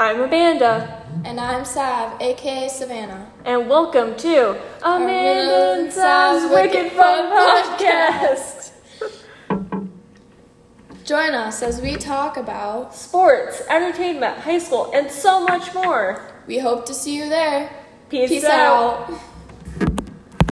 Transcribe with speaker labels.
Speaker 1: I'm Amanda,
Speaker 2: And I'm Sav, aka Savannah.
Speaker 1: and welcome to Amanda and
Speaker 2: Amanda
Speaker 1: Sav's Wicked Fun Podcast.
Speaker 2: Join us as we talk about.
Speaker 1: Sports, entertainment, high school, and so much more.
Speaker 2: We hope to see you there.
Speaker 1: Peace, out.
Speaker 2: out.